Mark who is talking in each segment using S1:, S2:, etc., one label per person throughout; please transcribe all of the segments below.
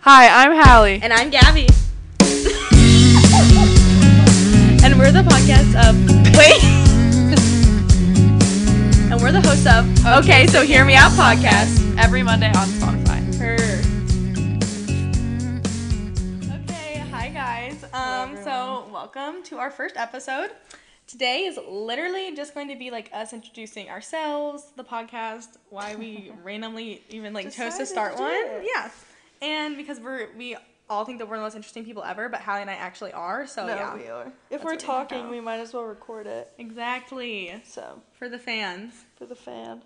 S1: Hi, I'm Hallie.
S2: And I'm Gabby. and we're the podcast of. Wait! and we're the hosts of.
S1: Okay, so Hear Me Out podcast every Monday on Spotify.
S2: Okay, hi guys. Um, so welcome to our first episode. Today is literally just going to be like us introducing ourselves, the podcast, why we randomly even like chose to
S1: Decided
S2: start
S1: to do
S2: one.
S1: it.
S2: Yeah, and because we're we all think that we're the most interesting people ever, but Hallie and I actually are. So yeah,
S3: are.
S2: That's
S3: If
S2: what
S3: we're
S2: we
S3: talking,
S2: have.
S3: we might as well record it.
S2: exactly
S3: So
S2: for the fans.
S3: for the fan.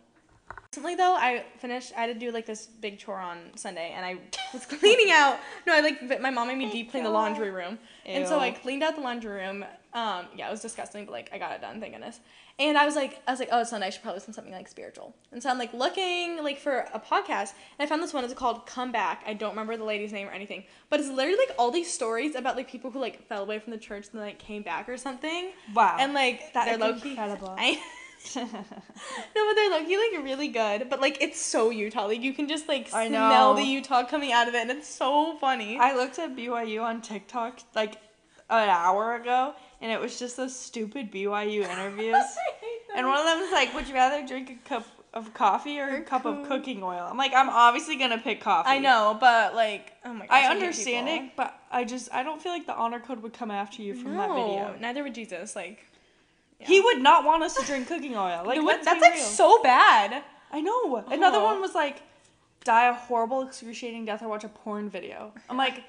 S2: Recently though, I finished. I had to do like this big chore on Sunday, and I was cleaning out. No, I like my mom made me deep clean the laundry room, and so
S3: Ew.
S2: I cleaned out the laundry room. Um, yeah, it was disgusting, but like I got it done, thank goodness. And I was like, I was like, oh, Sunday I should probably listen to something like spiritual. And so I'm like looking like for a podcast, and I found this one. It's called Come Back. I don't remember the lady's name or anything, but it's literally like all these stories about like people who like fell away from the church and like came back or something.
S3: Wow.
S2: And like that they're
S3: That's
S2: low key.
S3: incredible.
S2: No, but they're low-key, like really good. But like it's so Utah. Like you can just like
S3: I
S2: smell
S3: know.
S2: the Utah coming out of it, and it's so funny.
S3: I looked at BYU on TikTok like an hour ago, and it was just those stupid BYU interviews. and one of them was like, "Would you rather drink a cup of coffee or a cup of cooking oil?" I'm like, I'm obviously gonna pick coffee.
S2: I know, but like, oh my gosh,
S3: I
S2: hate
S3: understand
S2: people.
S3: it, but I just I don't feel like the honor code would come after you from that
S2: No,
S3: video.
S2: neither would Jesus. Like,
S3: He would not want us to drink cooking oil. Like
S2: no,
S3: let's
S2: that's
S3: be
S2: like
S3: real.
S2: so bad.
S3: I know. Another
S2: Aw.
S3: one was like, die a horrible, excruciating death or watch a porn video. I'm like,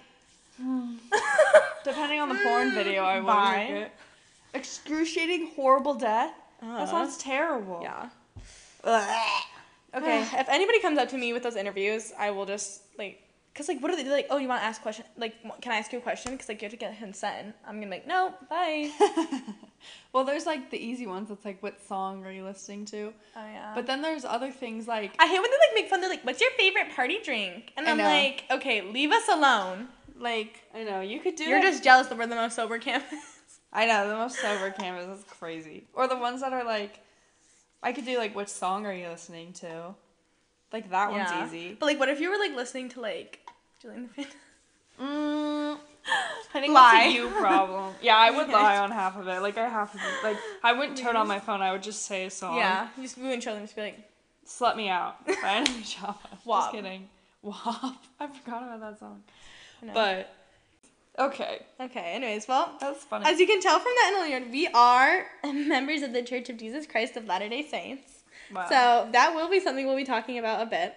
S3: depending on the porn video,
S2: bye.
S3: I would like it. Excruciating, horrible death?
S2: Uh,
S3: That sounds terrible.
S2: yeah.
S3: Okay.
S2: Okay, if anybody comes up to me with those interviews, I will just like, cause like, what do they do? Like, oh, you want to ask question? Like, w- can I ask you a question? Cause like, you have to get consent. I'm gonna be like, no, bye. oh
S3: well, there's like the easy ones. It's like, what song are you listening to?
S2: yeah.
S3: But then there's other things like,
S2: I hate when they like make fun. They're like, "What's your favorite party drink?" And
S3: I
S2: I'm
S3: know.
S2: like, "Okay, leave us alone." Like,
S3: I know, you could do
S2: you're
S3: it.
S2: just jealous that we're the most sober campus.
S3: I know, the most sober cameras is crazy. Or the ones that are like, I could do like, which song are you listening to? Like, that one's easy.
S2: But like, what if you were like listening to like Julian the Fan?
S3: Mm, I think
S2: Lie.
S3: that's a you problem. Yeah, I would lie on half of it. Like I half of it. Like I wouldn't turn on my phone. I would just say a song.
S2: Yeah, you just we wouldn't show them. Just be like,
S3: Slut me out. By Anthony Java.
S2: Wop.
S3: Just kidding. Wop. I forgot about that song.
S2: No.
S3: But okay,
S2: okay. Anyways, well,
S3: that's funny.
S2: as you can tell from that interlude, we are members of the Church of Jesus Christ of Latter Day Saints.
S3: Wow.
S2: So that will be something we'll be talking about a bit.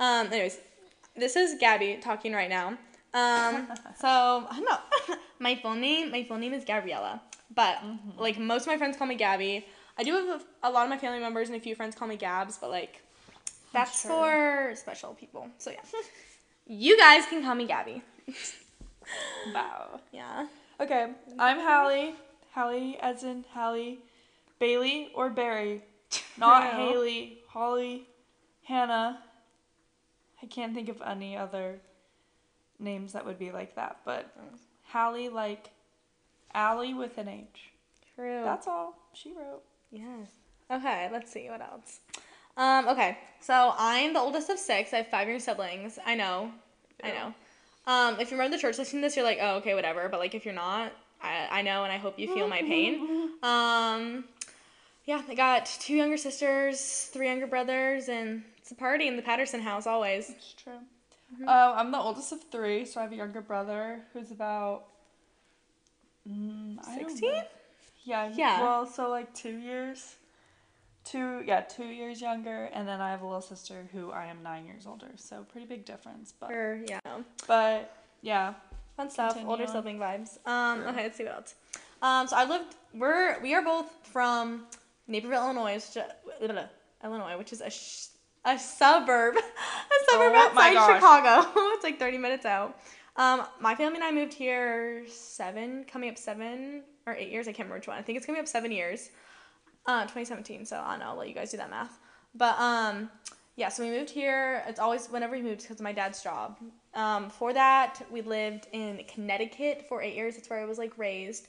S2: Um, anyways, this is Gabby talking right now. Um, so I don't know. my full name, my full name is Gabriella, but like most of my friends call me Gabby. I do have a, a lot of my family members and a few friends call me Gabs, but like that's for special people. So yeah, you guys can call me Gabby.
S3: wow.
S2: Yeah.
S3: Okay, I'm Hallie. Hallie, as in Hallie, Bailey or Barry, not
S2: No.
S3: Haley, Holly, Hannah. I can't think of any other names that would be like that, but Hallie like Allie with an H.
S2: True.
S3: That's all she wrote.
S2: Yes. Okay, let's see what else. Um, okay, so I'm the oldest of six. I have five year siblings. I know. I know. Um, if you remember the church listening to this, you're like, oh, okay, whatever. But like, if you're not, I, I know, and I hope you feel my pain. Um, yeah, I got two younger sisters, three younger brothers, and it's a party in the Patterson house always.
S3: It's true. Um, I'm the oldest of three, so I have a younger brother who's about mm, I don't know.
S2: 16?
S3: Yeah. he-
S2: Yeah.
S3: Well, so like two years, two yeah, two years younger, and then I have a little sister who I am nine years older. So pretty big difference, but
S2: Or, yeah.
S3: but yeah,
S2: Fun stuff.
S3: Continue
S2: older
S3: on.
S2: sibling vibes. Um, Okay, let's see what else. Um, so I lived. We're we are both from Naperville, Illinois, which, uh, blah, blah, Illinois, which is a sh- a suburb, a suburb
S3: Oh my
S2: outside
S3: gosh.
S2: Chicago. it's like thirty minutes out. Um, my family and I moved here seven, coming up seven or eight years. I can't remember which one. I think it's coming up seven years. Uh, 2017. So I don't know. I'll let you guys do that math. But um, yeah. So we moved here. It's always whenever we moved because of my dad's job. Um, before that, we lived in Connecticut for eight years. That's where I was like raised,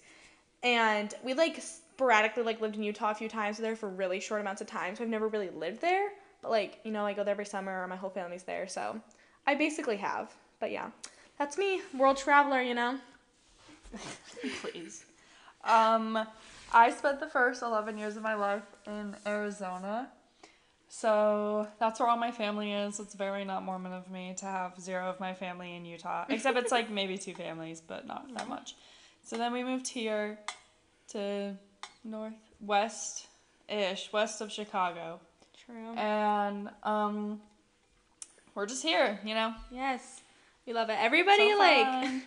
S2: and we like sporadically like lived in Utah a few times. We were there for really short amounts of time, so I've never really lived there. But like you know, I go there every summer. Or my whole family's there, so I basically have. But yeah, that's me, world traveler. You know.
S3: Please. Um, I spent the first 11 years of my life in Arizona. So that's where all my family is. It's very not Mormon of me to have zero of my family in Utah, except it's like maybe two families, but not that much. So then we moved here to northwest ish, west of Chicago.
S2: True.
S3: And um, we're just here, you know?
S2: Yes. We love it. Everybody
S3: So
S2: like
S3: fun.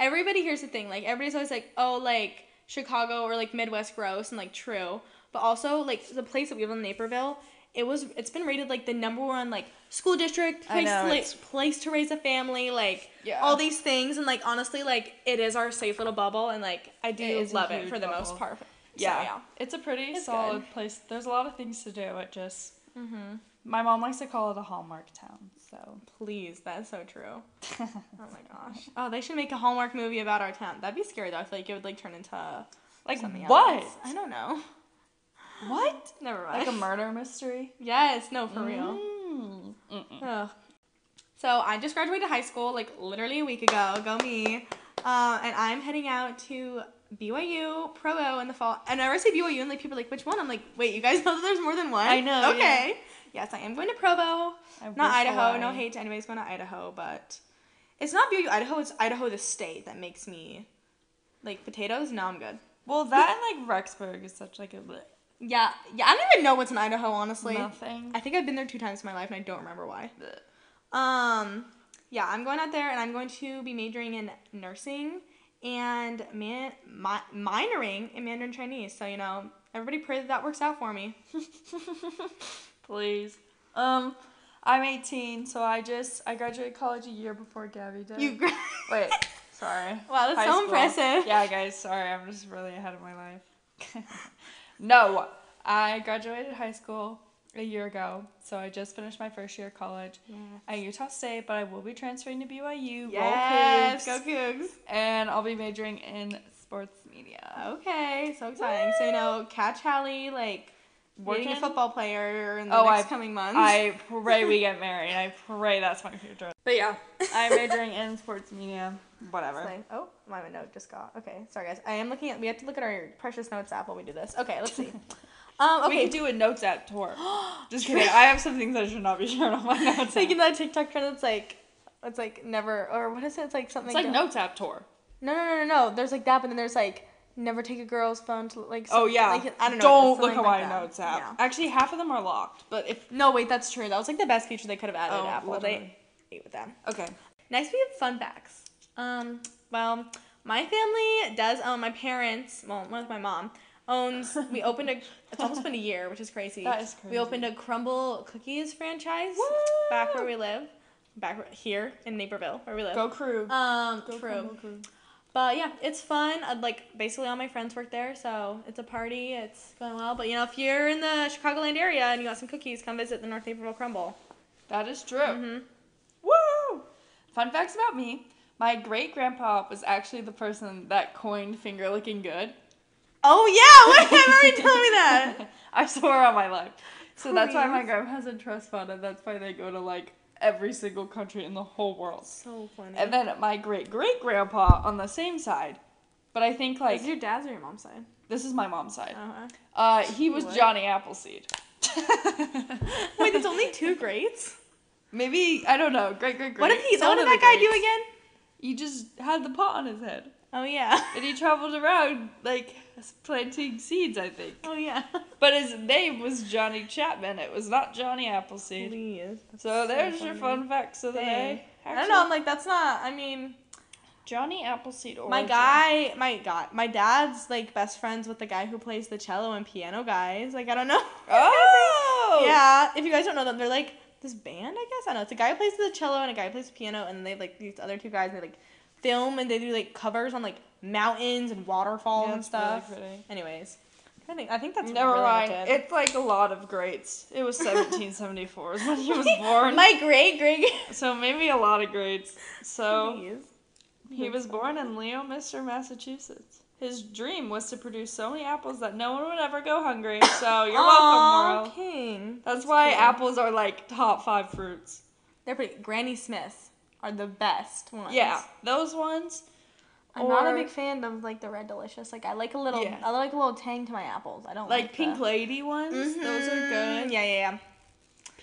S2: everybody here's the thing. Like everybody's always like, "Oh, like Chicago or like Midwest gross and like true." But also like the place that we live in Naperville, it was it's been rated like the number one like school district
S3: I
S2: place
S3: know,
S2: like,
S3: it's-
S2: place to raise a family, like
S3: Yeah.
S2: all these things and like honestly like it is our safe little bubble and like I do
S3: It is a
S2: love it
S3: huge
S2: for the most
S3: bubble.
S2: part. So,
S3: yeah,
S2: yeah.
S3: it's a pretty
S2: It's
S3: solid
S2: good.
S3: place. There's a lot of things to do. It just Mm-hmm. my mom likes to call it a hallmark town. So
S2: Please, that's so true. Oh my gosh. Oh, they should make a Hallmark movie about our town. That'd be scary though. I feel like it would like turn into
S3: like
S2: something
S3: what?
S2: else. I don't know.
S3: What?
S2: Never mind.
S3: Like a murder mystery?
S2: Yes, no, for real.
S3: Mm. Mm-mm.
S2: Ugh. So I just graduated high school like literally a week ago. Go me. Um, and I'm heading out to BYU Provo in the fall. And I never say BYU and like people are like, which one? I'm like, wait, you guys know that there's more than one?
S3: I know,
S2: Okay. Yes, I am going to Provo.
S3: I
S2: not
S3: wish
S2: Idaho. No
S3: I-
S2: hate to anybody's going to Idaho, but it's not BYU Idaho, it's Idaho the state that makes me like potatoes. No, I'm good.
S3: Well, that and like Rexburg is such like a bleh,
S2: Yeah, yeah, I don't even know what's in Idaho, honestly.
S3: nothing.
S2: I think I've been there two times in my life and I don't remember why.
S3: Bleh.
S2: Um, yeah, I'm going out there and I'm going to be majoring in nursing and man, mi- minoring in Mandarin Chinese. So, you know, everybody pray that that works out for me.
S3: Please. Um, I'm 18, so I just I graduated college a year before Gabby did.
S2: You gra-
S3: Wait, sorry.
S2: Wow, that's
S3: High
S2: so
S3: school.
S2: impressive.
S3: Yeah, guys, sorry, I'm just really ahead of my life. no, I graduated high school a year ago, so I just finished my first year of college at Utah State, but I will be transferring to BYU.
S2: Yes,
S3: Roll
S2: go
S3: Cougs,
S2: Cougs.
S3: and I'll be majoring in sports media.
S2: Okay, so exciting. So, you know, catch Hallie, like, being
S3: Working.
S2: a football player in the
S3: Oh,
S2: next
S3: I-
S2: coming months.
S3: I pray we get married. I pray that's my future.
S2: but yeah.
S3: I'm majoring in sports media. Whatever.
S2: Like, oh, my note just got. Okay, sorry guys. I am looking at. We have to look at our precious notes app while we do this. Okay, let's see. Um,
S3: We
S2: okay,
S3: could do a notes app tour. Just kidding. I have some things I should not be sharing on my notes.
S2: so
S3: app.
S2: you know that TikTok trend that's like, it's like never or what is it? It's like something.
S3: It's like
S2: go-
S3: notes app tour.
S2: No, no, no, no, no. There's like that, but then there's like never take a girl's phone to like.
S3: Oh
S2: some-
S3: yeah.
S2: like, I don't know.
S3: Don't
S2: something
S3: look at
S2: like
S3: my
S2: that.
S3: notes app.
S2: Yeah.
S3: Actually, half of them are locked. But if
S2: No, wait, that's true. That was like the best feature they could have added.
S3: Oh,
S2: Apple.
S3: literally.
S2: They ate with them.
S3: okay,
S2: Next, we have fun facts. Um, well, my family does own my parents. Well, one with my mom owns. We opened a. It's almost been a year, which is crazy.
S3: That is crazy.
S2: We opened a Crumble Cookies franchise
S3: Woo!
S2: back where we live, back where- here in Naperville where we live.
S3: go crew.
S2: um, true.
S3: Go Crumble crew.
S2: But yeah, it's fun. i like basically all my friends work there, so it's a party. It's going well. But you know, if you're in the Chicagoland area and you want some cookies, come visit the North Naperville Crumble.
S3: That is true.
S2: Mm-hmm.
S3: Woo! Fun facts about me: my great grandpa was actually the person that coined finger looking good.
S2: Oh yeah, wait, I remember you telling me that.
S3: I swear on my life. So that's why my
S2: Please.
S3: grandma has a trust fund, and that's why they go to like every single country in the whole world.
S2: So funny.
S3: And then my great great grandpa on the same side, but I think like
S2: Is it your dad's or your mom's side?
S3: this is my mom's side.
S2: Uh-huh.
S3: Uh, he was
S2: What?
S3: Johnny Appleseed.
S2: Wait, there's only two greats.
S3: Maybe I don't know. Great, great, great.
S2: What did he?
S3: It's
S2: What
S3: one
S2: did
S3: of
S2: that
S3: the
S2: guy do
S3: greats.
S2: again?
S3: He just had the pot on his head,
S2: Oh yeah.
S3: and he traveled around like planting seeds, I think.
S2: Oh yeah.
S3: But his name was Johnny Chapman. It was not Johnny Appleseed.
S2: Please.
S3: So there's your fun facts of the day.
S2: I don't know. I'm like that's not. I mean,
S3: Johnny Appleseed.
S2: my
S3: origin.
S2: guy, my god, my dad's like best friends with the guy who plays the cello and piano guys. Like I don't know.
S3: Oh.
S2: yeah. If you guys don't know them, they're like this band. I guess I don't know. It's a guy who plays the cello and a guy who plays the piano, and they have, like these other two guys. And they like film and they do like covers on like mountains and waterfalls
S3: Yeah,
S2: and
S3: it's really
S2: stuff.
S3: pretty.
S2: Anyways, I think I think that's
S3: Never
S2: really much
S3: mind.
S2: it.
S3: It's like a lot of greats. It was 1774 is when he was born.
S2: My great great.
S3: so maybe a lot of greats. So.
S2: Please.
S3: He was born in Leominster, Massachusetts. His dream was to produce so many apples that no one would ever go hungry. So oh, you're welcome, world.
S2: King.
S3: That's why
S2: cute.
S3: apples are like top five fruits.
S2: They're pretty. Granny Smith.
S3: are the best ones.
S2: Yeah.
S3: those ones.
S2: I'm not a
S3: or-
S2: big fan of like the red delicious. Like I like a little,
S3: Yeah.
S2: I like a little tang to my apples. I don't like,
S3: like Pink
S2: the- Mm-hmm.
S3: Lady ones. Those are good.
S2: Yeah, yeah, yeah.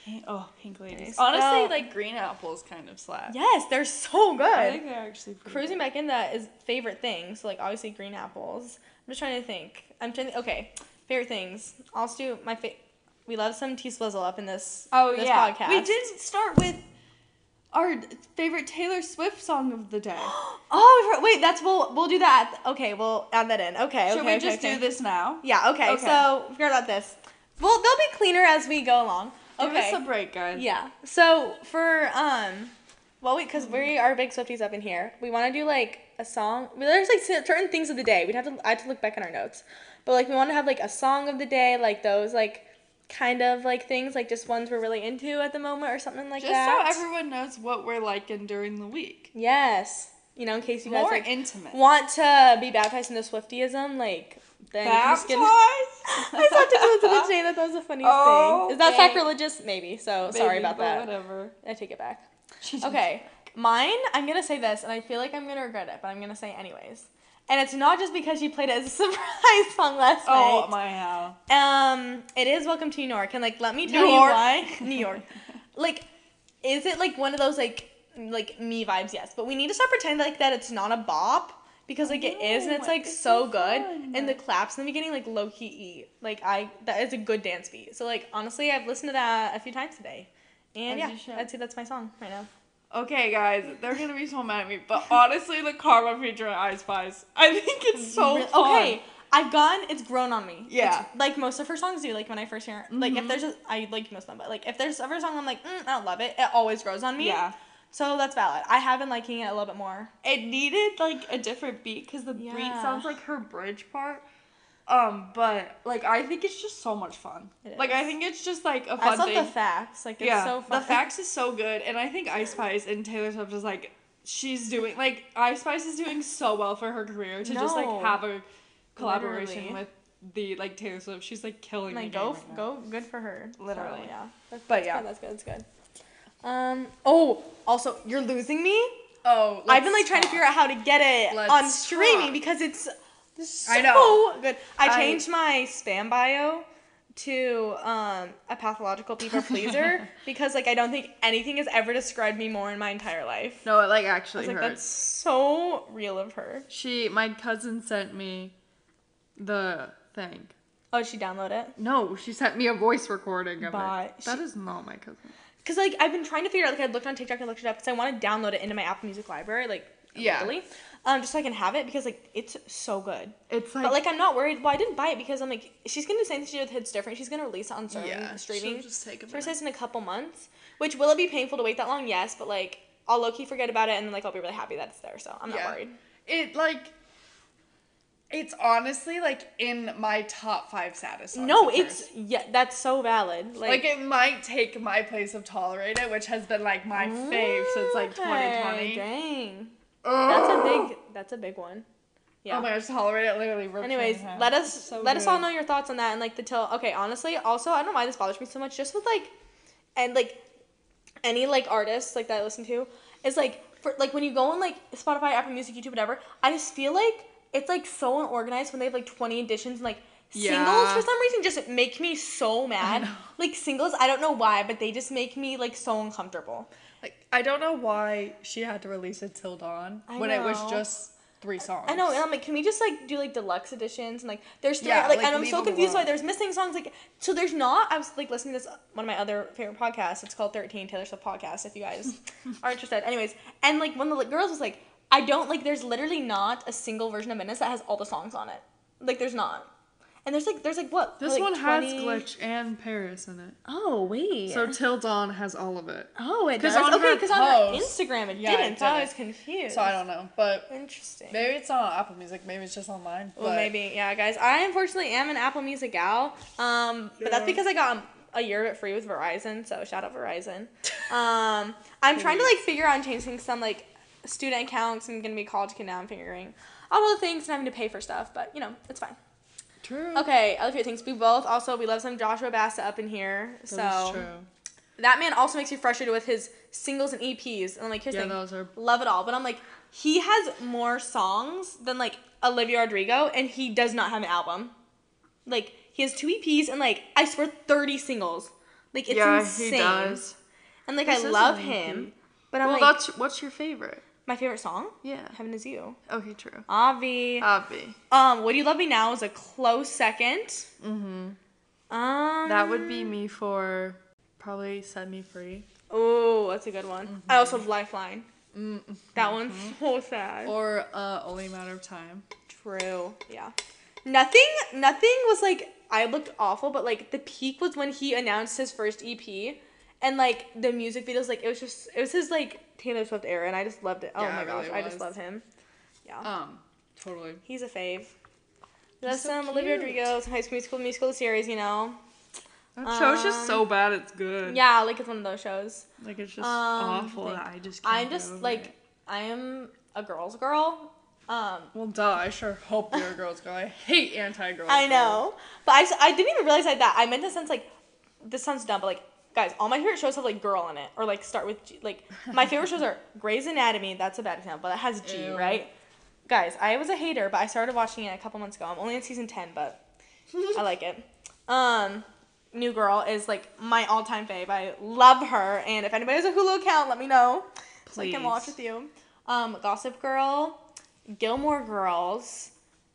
S3: Pink, oh, Pink Ladies.
S2: Nice.
S3: Honestly,
S2: No.
S3: like green apples kind of slap.
S2: Yes, they're so good.
S3: Uh, I think they're actually pretty
S2: Cruising
S3: good.
S2: back in that is favorite things. So like obviously green apples. I'm just trying to think. I'm trying. To, okay, favorite things. I'll just do my fa- We love some tea swizzle up in this.
S3: Oh
S2: this
S3: yeah,
S2: podcast.
S3: we did start with our favorite Taylor Swift song of the day.
S2: Oh I for- wait, that's we'll we'll do that. Okay, we'll add that in. Okay,
S3: Should
S2: okay,
S3: we
S2: okay,
S3: just
S2: okay.
S3: do this now?
S2: Yeah. Okay.
S3: Okay.
S2: So forget about this. Well, they'll be cleaner as we go along.
S3: Give
S2: Okay.
S3: us a break, guys.
S2: Yeah. So for um, well, wait, because we are big Swifties up in here. We want to do like a song. Well, there's like cer- certain things of the day. We'd have to. I had to look back on our notes, but like we want to have like a song of the day, like those like kind of like things, like just ones we're really into at the moment or something like
S3: Just
S2: that.
S3: so everyone knows what we're liking during the week.
S2: yes. You know, in case you guys
S3: More
S2: like,
S3: intimate.
S2: want to be baptized into Swiftyism, like then you can just
S3: Baptized.
S2: get. I talked to someone the other day that that was the funniest
S3: Oh,
S2: thing. Is that
S3: thank-
S2: sacrilegious? Maybe. So
S3: Baby,
S2: sorry about
S3: but
S2: that.
S3: Whatever.
S2: I take it back. Okay, mine, I'm gonna say this, and I feel like I'm gonna regret it, but I'm gonna say it anyways. And it's not just because she played it as a surprise song last
S3: Oh
S2: night.
S3: my hell.
S2: Um, it is Welcome to New York, and like, let me tell
S3: New
S2: you
S3: York.
S2: why. New York. Like, is it like one of those like like me vibes? Yes, but we need to stop pretending like that it's not a bop because like it is, and it's
S3: know,
S2: like
S3: Oh, it's
S2: so
S3: so
S2: good.
S3: fun.
S2: And the claps in the beginning, like low key E. Like I, that is a good dance beat. So like honestly, I've listened to that a few times today, and
S3: As you should.
S2: yeah, I'd say that's my song right now.
S3: Okay, guys, they're gonna be so mad at me, but honestly, the karma feature on Ice Spice, I think it's so
S2: Really-
S3: fun.
S2: Okay, I've gone. It's grown on me.
S3: Yeah.
S2: It's- like most of her songs do. Like when I first hear, like if
S3: Mhm.
S2: there's a, I like most of them, but like if there's ever a song I'm like, mm, I don't love it. It always grows on me.
S3: Yeah.
S2: So that's valid. I have been liking it a little bit more.
S3: It needed like a different beat because the beat
S2: Yeah.
S3: sounds like her bridge part. Um, but like I think it's just so much fun.
S2: It
S3: Like I
S2: is.
S3: think it's just like a
S2: I
S3: fun
S2: just love
S3: thing.
S2: the facts. Like it's
S3: yeah,
S2: so fun.
S3: the facts is so good, and I think Ice Spice and Taylor Swift is like she's doing like Ice Spice is doing so well for her career to just like
S2: No.
S3: have a collaboration
S2: Literally.
S3: with the like Taylor Swift. She's like killing
S2: Like
S3: the
S2: go
S3: game right now.
S2: go good for her. So,
S3: Literally.
S2: yeah. That's,
S3: But
S2: that's
S3: yeah.
S2: good, that's good. That's good. Um. Oh. Also, you're losing me.
S3: Oh,
S2: I've been like trying to figure out how to get it
S3: Let's
S2: on streaming
S3: talk.
S2: because it's so
S3: I know.
S2: good. I,
S3: I-
S2: changed my spam bio to um, a pathological people pleaser because like I don't think anything has ever described me more in my entire life.
S3: No, it like
S2: I
S3: actually
S2: was like,
S3: hurts.
S2: that's so real of her.
S3: She, my cousin, sent me the thing.
S2: Oh, did she download it?
S3: No, she sent me a voice recording of
S2: But
S3: it. That is not my cousin.
S2: Cause like I've been trying to figure out like I looked on TikTok and looked it up because I want to download it into my Apple Music library like
S3: Yeah.
S2: illegally, um just so I can have it because like it's so good.
S3: It's like,
S2: But like I'm not worried. Well, I didn't buy it because I'm like she's gonna do the same thing she did with Hits Different. She's gonna release it on certain
S3: yeah,
S2: streaming
S3: she'll just take a minute.
S2: services in a couple months. Which will it be painful to wait that long? Yes, but like I'll low key forget about it and like I'll be really happy that it's there. So I'm
S3: Yeah.
S2: not worried.
S3: It like, it's honestly like in my top five saddest. songs
S2: No,
S3: of
S2: it's
S3: hers.
S2: yeah, that's so valid. Like,
S3: like it might take my place of Tolerate It, which has been like my fave since like
S2: okay,
S3: 2020.
S2: Dang,
S3: Ugh.
S2: that's a big that's a big one. Yeah.
S3: Oh my gosh, Tolerate It literally. ripped me
S2: Anyways,
S3: in half.
S2: let us
S3: It's so
S2: let us all
S3: good.
S2: know your thoughts on that and like the till. Okay, honestly, also I don't know why this bothers me so much. Just with like, and like, any like artists like that I listen to is like for like when you go on like Spotify, Apple Music, YouTube, whatever. I just feel like it's like so unorganized when they have like twenty editions and like singles
S3: Yeah.
S2: for some reason just make me so mad.
S3: know.
S2: Like singles, I don't know why, but they just make me like so uncomfortable.
S3: Like I don't know why she had to release it till dawn
S2: I
S3: when it
S2: know.
S3: was just three songs.
S2: I know, and I'm like, can we just like do like deluxe editions and like there's three,
S3: Yeah,
S2: like,
S3: like,
S2: and I'm
S3: leave
S2: so
S3: them
S2: confused why
S3: alone.
S2: there's missing songs like so there's not. I was like listening to this one of my other favorite podcasts. It's called Thirteen Taylor Swift podcast. If you guys are interested, anyways, and like one of the like, girls was like, I don't like. There's literally not a single version of Menace that has all the songs on it. Like there's not, and there's like there's like what
S3: This
S2: like,
S3: one has
S2: 20
S3: glitch and Paris in it.
S2: Oh wait.
S3: So till dawn has all of it.
S2: oh, it
S3: 'cause
S2: does.
S3: on
S2: okay,
S3: her
S2: because on her
S3: post-
S2: Instagram it
S3: Yeah, it
S2: didn't. so I
S3: didn't.
S2: was confused.
S3: So I don't know, but
S2: Interesting.
S3: maybe it's not on Apple Music. Maybe it's just online.
S2: Well,
S3: but-
S2: maybe, yeah, guys. I unfortunately am an Apple Music gal, um, but that's
S3: Yeah.
S2: because I got um, a year of it free with Verizon, so shout out Verizon. Um, I'm trying to like figure out and changing some like student accounts. I'm gonna be a college kid now. I'm figuring out all the things and having to pay for stuff, but you know, it's fine.
S3: True.
S2: Okay, other few things. We both also we love some Joshua Bassett up in here,
S3: That is
S2: so
S3: true.
S2: That man also makes me frustrated with his singles and EPs. And I'm like, here's the
S3: Yeah,
S2: thing.
S3: those are-
S2: love it all. But I'm like, he has more songs than like Olivia Rodrigo, and he does not have an album. Like he has two EPs and like I swear thirty singles. Like it's
S3: yeah,
S2: insane.
S3: he does.
S2: And like
S3: This
S2: I
S3: is
S2: love
S3: an
S2: him,
S3: EP.
S2: but I'm
S3: Well,
S2: like
S3: that's what's your favorite?
S2: my favorite song.
S3: Yeah.
S2: Heaven is you.
S3: Okay, true.
S2: Avi.
S3: Abby.
S2: um, Would You Love Me Now is a close second.
S3: Mm-hmm.
S2: Um,
S3: That would be me for probably Set Me Free.
S2: Oh, that's a good one. I also have Lifeline.
S3: Mm-hmm.
S2: That one's so sad.
S3: Or uh, Only Matter of Time.
S2: True. Yeah. Nothing nothing was like I looked awful, but like the peak was when he announced his first EP and like the music videos like it was just it was his like Taylor Swift era and I just loved it. Oh
S3: Yeah,
S2: my
S3: it
S2: gosh,
S3: really
S2: I just
S3: was.
S2: love him. Yeah.
S3: Um, totally.
S2: He's a fave. That's
S3: so
S2: some Olivia
S3: cute.
S2: Rodrigo, some High School Musical musical series, you know.
S3: That show's just so bad it's good.
S2: Um, Yeah, like it's one of those shows.
S3: Like it's just
S2: Um,
S3: awful.
S2: think-
S3: that I just can't
S2: I'm
S3: get
S2: just
S3: over
S2: like
S3: it.
S2: I am a girl's girl. Um
S3: Well, duh, I sure hope you're a girl's girl. I hate anti-girls.
S2: I know, but I, s- I didn't even realize like that. I meant to sense like this sounds dumb, but like guys, all my favorite shows have like girl in it or like start with G. Like my favorite shows are Grey's Anatomy. That's a bad example. That has G,
S3: Ew.
S2: right? Guys, I was a hater, but I started watching it a couple months ago. I'm only in season ten, but I like it. Um, New Girl is like my all-time fave. I love her, and if anybody has a Hulu account, let me know so I can watch
S3: Please.
S2: with you. Um, Gossip Girl, Gilmore Girls.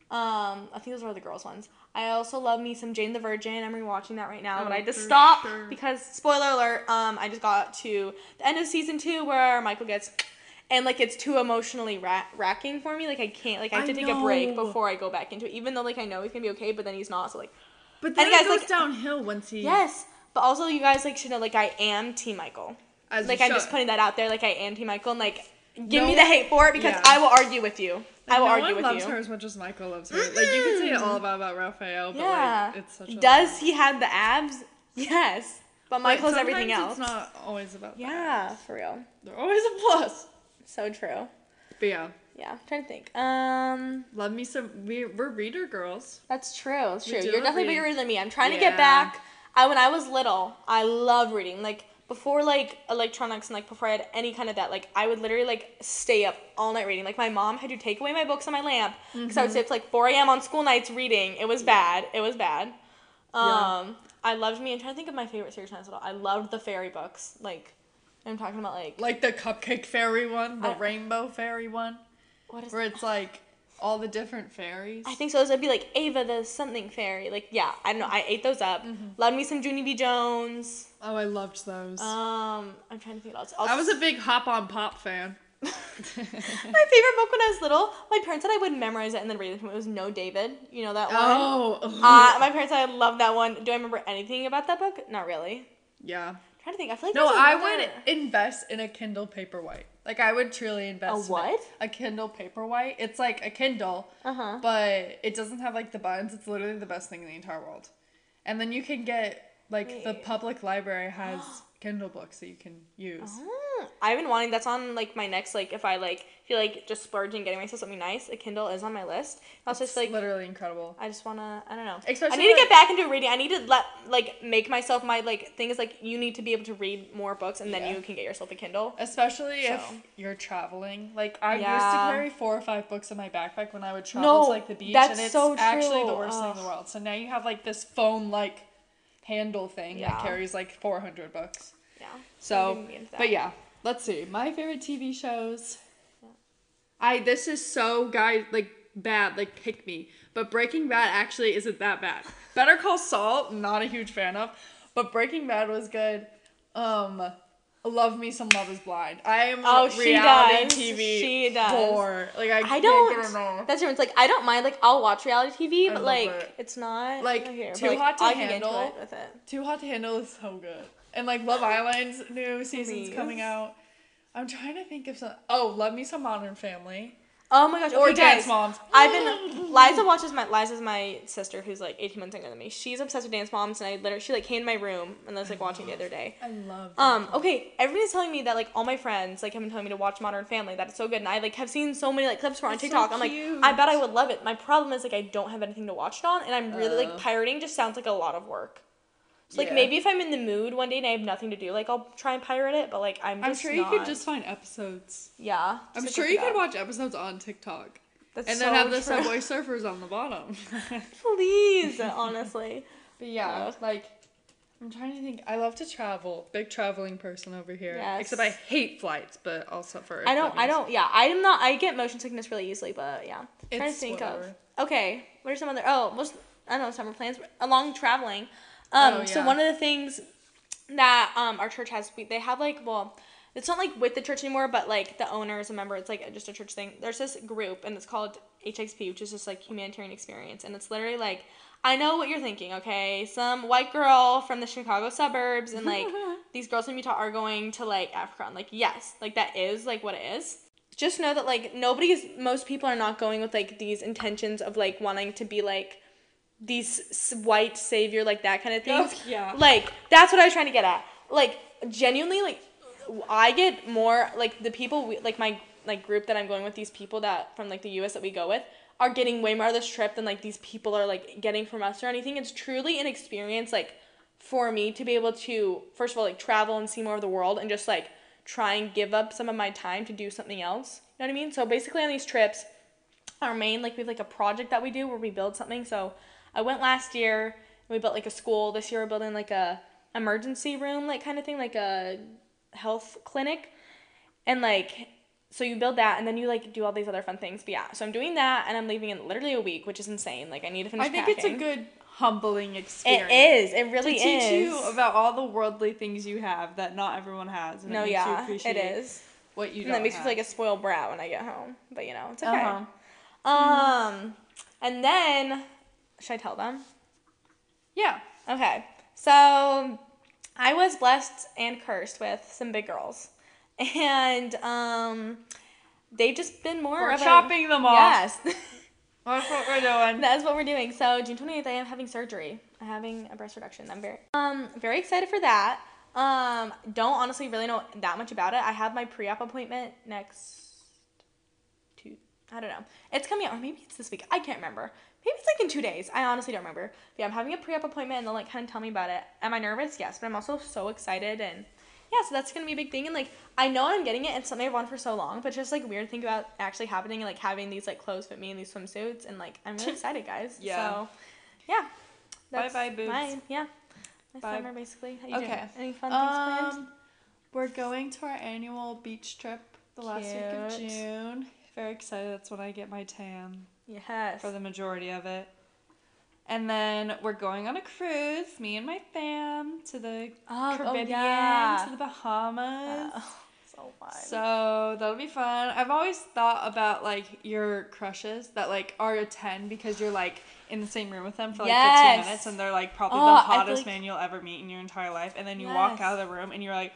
S2: Um, I think those were the girls ones. I also love me some Jane the Virgin. I'm rewatching that right now, but
S3: Oh,
S2: I had to
S3: for
S2: stop
S3: sure.
S2: because spoiler alert. Um, I just got to the end of season two where Michael gets, and like it's too emotionally ra- racking for me. Like I can't. Like I have to
S3: I
S2: take a break
S3: know.
S2: before I go back into it. Even though like I know he's gonna be okay, but then he's not. So like
S3: But then
S2: And guys,
S3: it goes
S2: like-
S3: downhill once he.
S2: yes, but also you guys like should know like I am Team Michael.
S3: As
S2: Like
S3: you
S2: I'm just
S3: should.
S2: putting that out there. Like I am Team Michael, and like give
S3: No
S2: me the
S3: one-
S2: hate for it because
S3: yeah.
S2: I will argue with you. I will
S3: no
S2: argue
S3: one
S2: with
S3: loves
S2: you. Mm.
S3: her as much as Michael loves her. Like you could say it all about, about Raphael, but
S2: Yeah.
S3: like it's such. a
S2: Does
S3: lie.
S2: he have the abs? Yes. But
S3: Like,
S2: Michael's everything else.
S3: sometimes It's not always about. that.
S2: yeah, for real.
S3: They're always a plus.
S2: So true.
S3: But yeah,
S2: Yeah, I'm trying to think. Um,
S3: love me some. We we're reader girls.
S2: that's true. That's
S3: We
S2: true.
S3: do
S2: You're definitely
S3: agree.
S2: bigger than me. I'm trying to get
S3: Yeah.
S2: back. I when I was little, I loved reading. Like before, like electronics and like before I had any kind of that, like I would literally like stay up all night reading. Like my mom had to take away my books and my lamp because I
S3: Mm-hmm.
S2: would stay up to, like 4 a.m. on school nights reading. It was bad. It was bad.
S3: Yeah.
S2: Um, I loved me. I'm trying to think of my favorite series when I was little. I loved the fairy books. Like I'm talking about like,
S3: Like the cupcake fairy one, the
S2: I-
S3: rainbow fairy one,
S2: what is
S3: where it's like all the different fairies.
S2: I think so. Those would be like Ava the something fairy. Like yeah, I don't know. I ate those up.
S3: Mm-hmm.
S2: Love me some Junie B. Jones.
S3: oh, I loved those.
S2: Um, I'm trying to think what else.
S3: I was
S2: Also-
S3: a big Hop on Pop fan.
S2: my favorite book when I was little. My parents said I would memorize it and then read it to them. It was No David. You know that one.
S3: Oh.
S2: Uh, my parents said I love that one. Do I remember anything about that book? Not really.
S3: yeah.
S2: I'm trying to think. I feel like
S3: No,
S2: there's
S3: I
S2: another-
S3: would invest in a Kindle Paperwhite. Like I would truly invest. in it.
S2: what?
S3: A Kindle Paperwhite. It's like a Kindle,
S2: Uh-huh.
S3: but it doesn't have like the buttons. It's literally the best thing in the entire world. And then you can get like the
S2: Wait.
S3: public library has Kindle books that you can use.
S2: Hmm, I've been wanting that's on like my next like if I like feel like just splurging getting myself something nice. A Kindle is on my list. I also
S3: It's
S2: just like
S3: literally incredible.
S2: I just wanna I don't know.
S3: Especially,
S2: I need to get
S3: like-
S2: back into reading. I need to let like make myself my like thing is like you need to be able to read more books and then
S3: Yeah.
S2: you can get yourself a Kindle.
S3: Especially if
S2: So.
S3: you're traveling. Like I used
S2: Yeah.
S3: to carry four or five books in my backpack when I would travel
S2: No,
S3: to like the beach,
S2: that's
S3: and it's
S2: so
S3: actually
S2: true.
S3: the worst thing in
S2: Ugh.
S3: the world. So now you have like this phone like handle thing
S2: Yeah.
S3: that carries like 400 books.
S2: Yeah.
S3: So,
S2: didn't mean that.
S3: but yeah, let's see. My favorite TV shows. I this is so guy like bad like pick me, but Breaking Bad actually isn't that bad. Better Call Saul, not a huge fan of, but Breaking Bad was good. Um, Love Me Some Love Is Blind. I am
S2: Oh,
S3: oh,
S2: she
S3: reality
S2: does.
S3: TV
S2: She does.
S3: whore. Like I,
S2: I
S3: can't
S2: don't.
S3: Get enough.
S2: That's different. It's like I don't mind. Like I'll watch reality TV,
S3: I
S2: but
S3: love
S2: like
S3: it.
S2: it's not
S3: Like,
S2: my favorite,
S3: Too
S2: but, like,
S3: Hot to
S2: I can get into
S3: Handle.
S2: it with it.
S3: Too Hot to Handle is so good. And like Love Island's new season's
S2: Please.
S3: coming out. I'm trying to think of some. Oh, Love Me Some Modern Family.
S2: Oh my gosh!
S3: Or
S2: okay,
S3: Dance
S2: guys.
S3: Moms.
S2: I've been Liza watches my Liza's my sister who's like 18 months younger than me. She's obsessed with Dance Moms, and I literally she like came in my room and I was like watching the other day.
S3: I love.
S2: Um, okay, everybody's telling me that like all my friends like have been telling me to watch Modern Family, that it's so good, and I like have seen so many like clips from it on
S3: It's so
S2: TikTok. I'm like,
S3: cute.
S2: I bet I would love
S4: Uh.
S2: it. My problem is like I don't have anything to watch it on, and I'm really
S3: Oh.
S2: like pirating just sounds like a lot of work. So like
S3: Yeah.
S2: maybe if I'm in the mood one day and I have nothing to do, like I'll try and pirate it. But like I'm just
S4: I'm sure you could
S2: not-
S4: just find episodes.
S2: yeah.
S4: I'm
S2: just,
S4: sure
S2: like,
S4: you
S2: look it
S4: could
S2: up.
S4: watch episodes on TikTok
S2: That's
S4: and
S2: so
S4: then have the Subway
S2: true.
S4: Surfers on the bottom.
S2: Please, honestly.
S4: But yeah,
S2: Ugh.
S4: like I'm trying to think. I love to travel. Big traveling person over here.
S2: Yes.
S4: Except I hate flights, but I'll suffer. if
S2: I don't.
S4: that
S2: I
S4: means-
S2: don't. Yeah, I'm not. I get motion sickness really easily, but yeah. trying to
S4: It's
S2: think
S4: whatever.
S2: of. Okay, what are some other? Oh, what's I don't know summer plans along traveling. Um,
S4: Oh,
S2: so
S4: yeah.
S2: one of the things that um our church has, we, they have like well, it's not like with the church anymore, but like the owner is a member. It's like just a church thing. There's this group, and it's called HXP, which is just like humanitarian experience, and it's literally like. I know what you're thinking, okay? Some white girl from the Chicago suburbs and like these girls from Utah are going to like Africa. I'm like, yes, like that is like what it is just know that like nobody's most people are not going with like these intentions of like wanting to be like these s- white savior like that kind of thing
S4: Oh, yeah.
S2: like that's what i was trying to get at like genuinely like i get more like the people we, like my like group that i'm going with these people that from like the us that we go with are getting way more out of this trip than like these people are like getting from us or anything it's truly an experience like for me to be able to first of all like travel and see more of the world and just like try and give up some of my time to do something else you know what i mean so basically on these trips our main like we have like a project that we do where we build something so i went last year and we built like a school this year we're building like a emergency room like kind of thing like a health clinic and like so you build that and then you like do all these other fun things but yeah so i'm doing that and i'm leaving in literally a week which is insane like i need to finish
S3: I think it's a
S2: packing.
S3: good humbling
S2: it
S3: experience.
S2: is it really
S3: to teach
S2: is
S3: you about all the worldly things you have that not everyone has. And
S2: no
S3: it makes you
S2: yeah
S3: appreciate
S2: it is
S4: What you
S2: and
S4: don't.
S2: that makes me
S4: have.
S2: feel like a spoiled brat when i get home but you know it's okay
S3: Uh-huh.
S2: um and then should i tell them
S3: Yeah.
S2: Okay. So I was blessed and cursed with some big girls. And um they've just been more
S3: We're
S2: of a-
S3: chopping them off.
S2: Yes.
S3: That's what we're doing.
S2: That's what we're doing. So June 28th I am having surgery. I'm having a breast reduction. I'm very um very excited for that. Um don't honestly really know that much about it. I have my pre-op appointment next two I don't know. It's coming out, or maybe it's this week. I can't remember. Maybe it's like in two days. I honestly don't remember. But yeah, I'm having a pre-op appointment and they'll like kind of tell me about it. Am I nervous? Yes, but I'm also so excited and yeah, so that's gonna be a big thing. And like I know I'm getting it, it's something I've wanted for so long, but it's just like weird thing about actually happening and like having these like clothes fit me in these swimsuits and like I'm really excited, guys.
S3: Yeah.
S2: So yeah.
S3: Bye bye, boobs.
S2: mine. Yeah. My
S3: Bye.
S2: summer basically. How you doing?
S3: Okay.
S2: Any fun things planned?
S3: Um, we're going to our annual beach trip the last week of
S2: Cute.
S3: June. Very excited. That's when I get my tan
S2: Yes.
S3: for the majority of it. And then we're going on a cruise, me and my fam, to the
S2: oh, oh,
S3: Caribbean,
S2: yeah.
S3: to the Bahamas.
S2: Yeah. so fun.
S3: So that'll be fun. I've always thought about like your crushes that like are a ten because you're like in the same room with them for like
S2: Yes.
S3: fifteen minutes and they're like probably
S2: Oh,
S3: the
S2: I feel
S3: hottest
S2: like-
S3: man you'll ever meet in your entire life, and then you walk
S2: Yes.
S3: out of the room and you're like,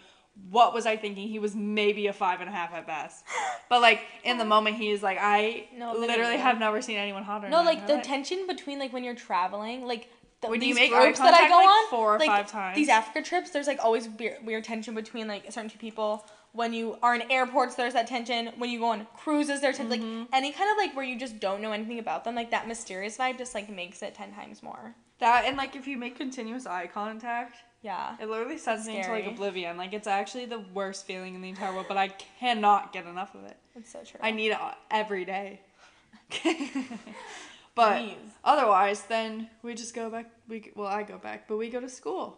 S3: what was I thinking? He was maybe a five and a half at best, but like in the moment he is like, I
S2: No,
S3: literally
S2: literally.
S3: have never seen anyone hotter.
S2: No,
S3: than
S2: like
S3: him."
S2: the
S3: Like,
S2: tension between like when you're traveling, like the,
S3: When you
S2: these
S3: make eye
S2: groups that I
S3: contact,
S2: go
S3: like,
S2: on,
S3: four or
S2: like,
S3: five times.
S2: These Africa trips, there's like always weird, weird tension between like certain two people. When you are in airports, there's that tension. When you go on cruises, there's tension.
S3: Mm-hmm.
S2: Like any kind of like where you just don't know anything about them, like that mysterious vibe just like makes it ten times more.
S3: that and like if you make continuous eye contact.
S2: Yeah.
S3: It literally sends me into like
S2: Scary.
S3: oblivion. Like it's actually the worst feeling in the entire world, but I cannot get enough of it.
S2: It's so true.
S3: I need it every day. but
S2: Please.
S3: otherwise, then we just go back. We well, I go back, but we go to school.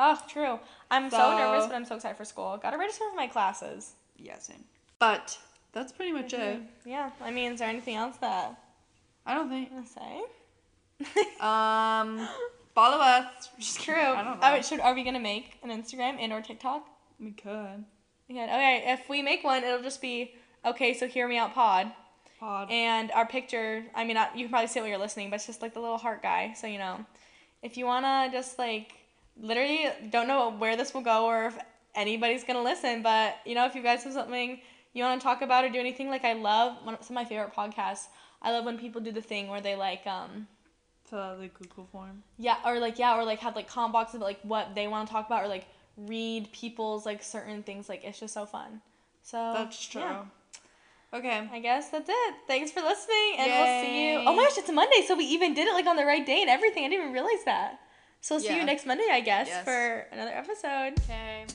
S2: oh, true. I'm so,
S3: So-
S2: nervous, but I'm so excited for school. Gotta register for my classes.
S3: Yeah, same. But that's pretty much it.
S2: Yeah. I mean, is there anything else that
S3: I don't think.
S2: I'm gonna say?
S3: Um, follow us. Just
S2: True.
S3: I don't
S2: Oh,
S3: know.
S2: wait, should are we gonna make an Instagram and or TikTok?
S3: we could.
S2: Yeah, okay, if we make one, it'll just be okay. So hear me out, pod,
S3: Pod.
S2: and our picture. I mean, I, you can probably see it when you're listening, but it's just like the little heart guy. So you know, if you wanna just like literally don't know where this will go or if anybody's gonna listen, but you know, if you guys have something you wanna talk about or do anything, like I love one of some of my favorite podcasts. I love when people do the thing where they like um
S3: Fill out the Google form.
S2: yeah, or like yeah, or like have like comment boxes about like what they want to talk about, or like read people's like certain things. Like it's just so fun. So
S3: That's true.
S2: yeah,
S3: Okay.
S2: I guess that's it. Thanks for listening, and we'll see you.
S3: Yay.
S2: Oh my gosh, it's Monday, so we even did it like on the right day and everything. I didn't even realize that. So we'll see
S4: Yeah.
S2: you next Monday, I guess,
S4: Yes.
S2: for another episode.
S1: Okay.